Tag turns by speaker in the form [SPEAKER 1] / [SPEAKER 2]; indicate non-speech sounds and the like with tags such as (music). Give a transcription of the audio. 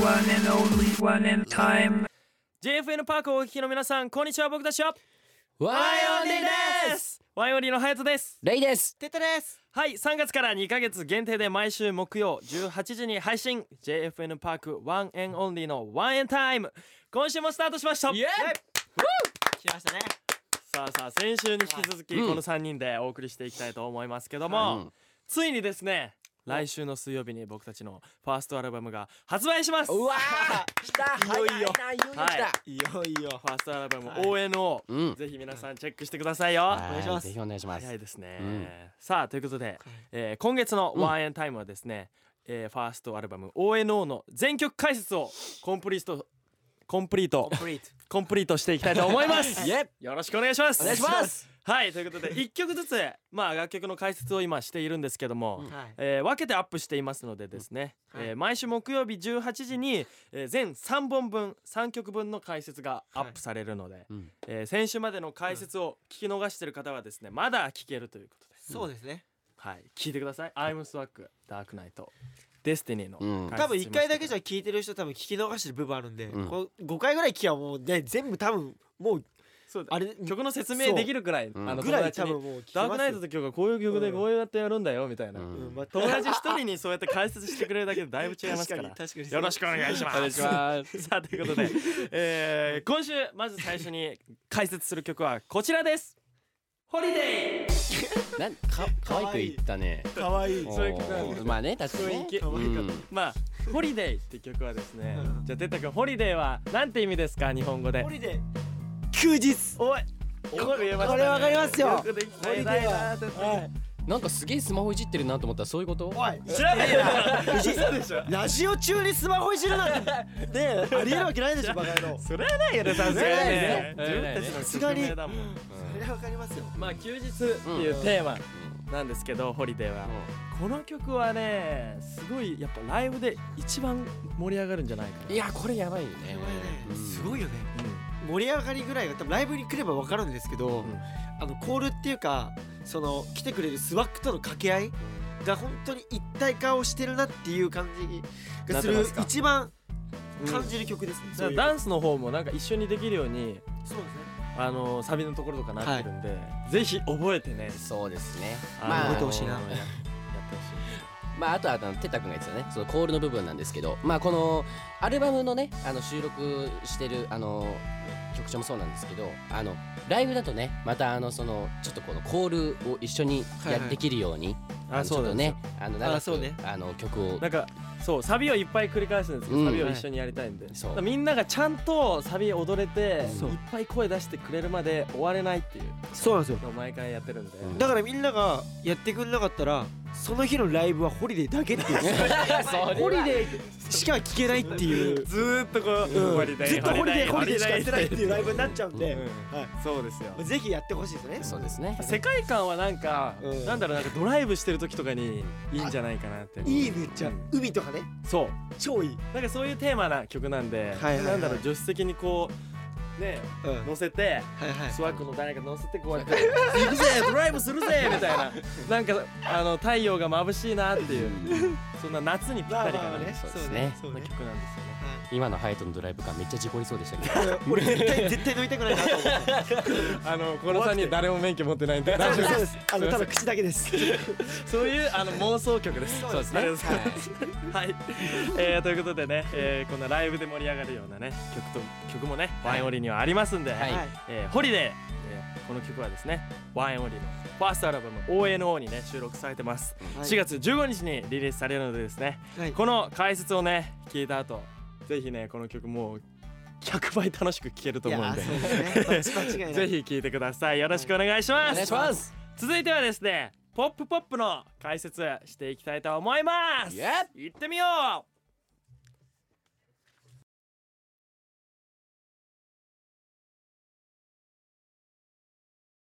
[SPEAKER 1] One and only one and time.
[SPEAKER 2] JFN パークをお聞きの皆さんこんにちは僕たちは
[SPEAKER 3] ワ
[SPEAKER 2] すワイオンリーのハヤトです
[SPEAKER 3] レイです
[SPEAKER 4] テトです
[SPEAKER 2] はい3月から2ヶ月限定で毎週木曜18時に配信 JFN パークワンエンオンリーのワンエンタイム今週もスタートしました
[SPEAKER 3] イエ
[SPEAKER 4] 来ましたね
[SPEAKER 2] さあさあ先週に引き続き
[SPEAKER 3] うん
[SPEAKER 2] この3人でお送りしていきたいと思いますけども、
[SPEAKER 3] はいうん
[SPEAKER 2] ついにですね来週の水曜日に僕たちのファーストアルバムが発売します
[SPEAKER 3] うわー来た早いないよいよ来
[SPEAKER 2] はい
[SPEAKER 3] た
[SPEAKER 4] いよいよ
[SPEAKER 2] ファーストアルバム
[SPEAKER 4] はい
[SPEAKER 2] ONO、
[SPEAKER 3] うん
[SPEAKER 2] ぜひ皆さんチェックしてくださいよ、
[SPEAKER 3] は
[SPEAKER 4] お願いします
[SPEAKER 3] ぜひお願いします
[SPEAKER 2] 早いですね、
[SPEAKER 3] うん
[SPEAKER 2] さあということで、えー今月の「ワンエンタイムはですね、えーファーストアルバム「ONO」の全曲解説をコンプリートコンプリート
[SPEAKER 4] コンプリート
[SPEAKER 2] コンプリートしていきたいと思います
[SPEAKER 3] イエ
[SPEAKER 2] よろしくお願いします
[SPEAKER 3] お願いします
[SPEAKER 2] はいということで1曲ずつまあ楽曲の解説を今しているんですけども、
[SPEAKER 4] はい
[SPEAKER 2] えー分けてアップしていますのでですね、
[SPEAKER 4] うんはい
[SPEAKER 2] えー毎週木曜日18時に、えー全3本分3曲分の解説がアップされるので、
[SPEAKER 3] うん
[SPEAKER 2] えー先週までの解説を聞き逃してる方はですねまだ聞けるということで、
[SPEAKER 4] そうですね
[SPEAKER 2] はい、聞いてください「I'm Swag」「ダークナイト」「デスティニーの解説
[SPEAKER 3] うん
[SPEAKER 2] しました
[SPEAKER 4] 多分1回だけじゃ聞いてる人多分聞き逃してる部分あるんで、
[SPEAKER 3] うん
[SPEAKER 4] こ5回ぐらい聞きゃもうね全部多分もう
[SPEAKER 2] そうだ
[SPEAKER 4] あれ
[SPEAKER 2] 曲の説明できるくらい、
[SPEAKER 3] うん
[SPEAKER 2] あの
[SPEAKER 4] ぐ
[SPEAKER 2] 友
[SPEAKER 4] らい
[SPEAKER 2] 達
[SPEAKER 4] 多
[SPEAKER 2] に
[SPEAKER 4] 分もう聞きます
[SPEAKER 2] ダークナイトと曲がこういう曲で
[SPEAKER 4] うん
[SPEAKER 2] こうやってやるんだよみたいな、
[SPEAKER 3] うん
[SPEAKER 4] うんまあ
[SPEAKER 2] 友達一人にそうやって解説してくれるだけでだいぶ違います
[SPEAKER 4] 確
[SPEAKER 2] か
[SPEAKER 4] からに確かに
[SPEAKER 2] よろしくお願いします。。
[SPEAKER 3] お願いします
[SPEAKER 2] (laughs) さあということで、えー、今週まず最初に解説する曲はこちらです。ホリデー。
[SPEAKER 3] なんか可愛く言ったね
[SPEAKER 4] かわいい
[SPEAKER 2] そういう曲なんだ
[SPEAKER 3] おーまあね確かにね
[SPEAKER 2] 雰囲気
[SPEAKER 3] う
[SPEAKER 2] 可
[SPEAKER 3] ん
[SPEAKER 2] まあホリデーって曲はですね。
[SPEAKER 4] うん
[SPEAKER 2] じゃあてったくんホリデーはなんて意味ですか日本語で
[SPEAKER 4] ホ。リデー休日
[SPEAKER 2] おい。よく言えましたね
[SPEAKER 4] これわかりますよ
[SPEAKER 2] よくできた
[SPEAKER 4] ホリデーはは
[SPEAKER 3] なんかすげえスマホいじってるなと思ったらそういうこと
[SPEAKER 4] おい
[SPEAKER 2] 調べてな。嘘でしょ。
[SPEAKER 4] ラジオ中にスマホいじるなんてねえありえるわけないでしょバカ野郎
[SPEAKER 2] それはないよねさすがにね。
[SPEAKER 3] それはないね
[SPEAKER 2] 自分たちの曲名だもん。
[SPEAKER 4] それはわかりますよ
[SPEAKER 2] まあ休日っていうテーマなんですけど、ホリデーは。この曲はねすごいやっぱライブで一番盛り上がるんじゃないか
[SPEAKER 3] いやこれやばいよねうん
[SPEAKER 4] すごいよね
[SPEAKER 2] な、
[SPEAKER 4] 盛り上がりぐらいが多分ライブに来ればわかるんですけど、
[SPEAKER 2] うん
[SPEAKER 4] あのコールっていうかその来てくれるスワックとの掛け合いが本当に一体化をしてるなっていう感じ
[SPEAKER 2] な
[SPEAKER 4] がす
[SPEAKER 2] って
[SPEAKER 4] る
[SPEAKER 2] ますか
[SPEAKER 4] 一番
[SPEAKER 2] うん
[SPEAKER 4] 感じる曲ですね、
[SPEAKER 2] だ
[SPEAKER 4] そう
[SPEAKER 2] か
[SPEAKER 4] いう
[SPEAKER 2] らダンスの方もなんか一緒にできるように
[SPEAKER 4] そうですね
[SPEAKER 2] あのサビのところとかなってるんで、ぜひ覚えてね
[SPEAKER 3] そうですね
[SPEAKER 2] あの
[SPEAKER 3] まあ
[SPEAKER 4] 覚えてほしいな
[SPEAKER 2] ややってほしい
[SPEAKER 3] まあ、あとはあのテタ君が言ってたねそのコールの部分なんですけど、まあ、このアルバムのねあの収録してるあの曲調もそうなんですけどあのライブだとねまたあのそのちょっとこのコールを一緒に
[SPEAKER 4] はい
[SPEAKER 3] や
[SPEAKER 4] はい
[SPEAKER 3] できるように、
[SPEAKER 2] あ
[SPEAKER 3] のちょ
[SPEAKER 2] そう
[SPEAKER 3] っ
[SPEAKER 2] な
[SPEAKER 3] と
[SPEAKER 2] んです
[SPEAKER 3] ね
[SPEAKER 2] よ
[SPEAKER 3] あの長
[SPEAKER 4] あそう
[SPEAKER 3] く
[SPEAKER 4] ね
[SPEAKER 3] あの曲を (laughs)
[SPEAKER 2] なんかそうサビをいっぱい繰り返すんですけど、
[SPEAKER 3] うん
[SPEAKER 2] サビを一緒にやりたいんで、
[SPEAKER 3] い
[SPEAKER 2] だ
[SPEAKER 3] そう
[SPEAKER 2] からみんながちゃんとサビ踊れていっ
[SPEAKER 3] そう
[SPEAKER 2] ぱい声出してくれるまで終われないっていう
[SPEAKER 4] そうなんですよ
[SPEAKER 2] のを毎回やってるんで、
[SPEAKER 3] うん
[SPEAKER 4] だからみんながやってくれなかったらその日のライブはホリデーだけっていうホリデーしか聴けないっていう、
[SPEAKER 2] ずーっとこう、
[SPEAKER 4] うん
[SPEAKER 2] ホリデー
[SPEAKER 4] ずっとホリデーホリデーしかやってないっていうライブになっちゃうんで、
[SPEAKER 2] うん
[SPEAKER 4] は
[SPEAKER 2] そうですよ
[SPEAKER 4] い、ぜひやってほしいですね
[SPEAKER 3] そうですね
[SPEAKER 2] (laughs) 世界観はなんか、
[SPEAKER 4] うん
[SPEAKER 2] なんだろうなんかドライブしてる時とかにいいんじゃないかなって
[SPEAKER 4] いいめっちゃ
[SPEAKER 2] うん
[SPEAKER 4] 海とかね
[SPEAKER 2] そう
[SPEAKER 4] 超いい、
[SPEAKER 2] なんかそういうテーマな曲なんで、
[SPEAKER 4] はいはいはい
[SPEAKER 2] なんだろう助手席にこうね
[SPEAKER 4] うん、はい
[SPEAKER 2] 乗せて
[SPEAKER 4] はい
[SPEAKER 2] スワックの誰か乗せてこうやっ
[SPEAKER 4] (laughs)
[SPEAKER 2] て「行くぜドライブするぜ!」みたいななんかあの太陽が眩しいなっていうそんな夏にぴったりかな、
[SPEAKER 3] そうですね
[SPEAKER 4] そう
[SPEAKER 2] そんな曲なんですよね。
[SPEAKER 3] 今のハヤトのドライブ感めっちゃ事故りそうでしたけど
[SPEAKER 4] 俺絶対絶対飲みたくないなと思って
[SPEAKER 2] あのこの3人誰も免許持ってないんで大丈夫
[SPEAKER 4] (laughs) そう
[SPEAKER 2] で
[SPEAKER 4] ですすあのただ口だけです
[SPEAKER 2] そういうあの妄想曲です。
[SPEAKER 4] そうですね
[SPEAKER 2] ありがとうございますはい、えー、ということでね、えー、こんなライブで盛り上がるようなね曲と曲もね、ワインオリにはありますんで、
[SPEAKER 3] はい
[SPEAKER 2] えーホリデー、えーこの曲はですねワインオリのファーストアルバム ONO にね収録されてます、
[SPEAKER 4] はい
[SPEAKER 2] 4月15日にリリースされるのでですね
[SPEAKER 4] はい
[SPEAKER 2] この解説をね聞いた後ぜひねこの曲もう100倍楽しく聴けると
[SPEAKER 4] い
[SPEAKER 2] 思うん
[SPEAKER 4] や
[SPEAKER 2] で
[SPEAKER 4] そうですね間違いない
[SPEAKER 2] ぜひ聴いてくださいよろしくお願いします、
[SPEAKER 3] お願いします
[SPEAKER 2] 続いてはですねポップポップの解説していきたいと思います
[SPEAKER 3] イエ
[SPEAKER 2] 行ってみよう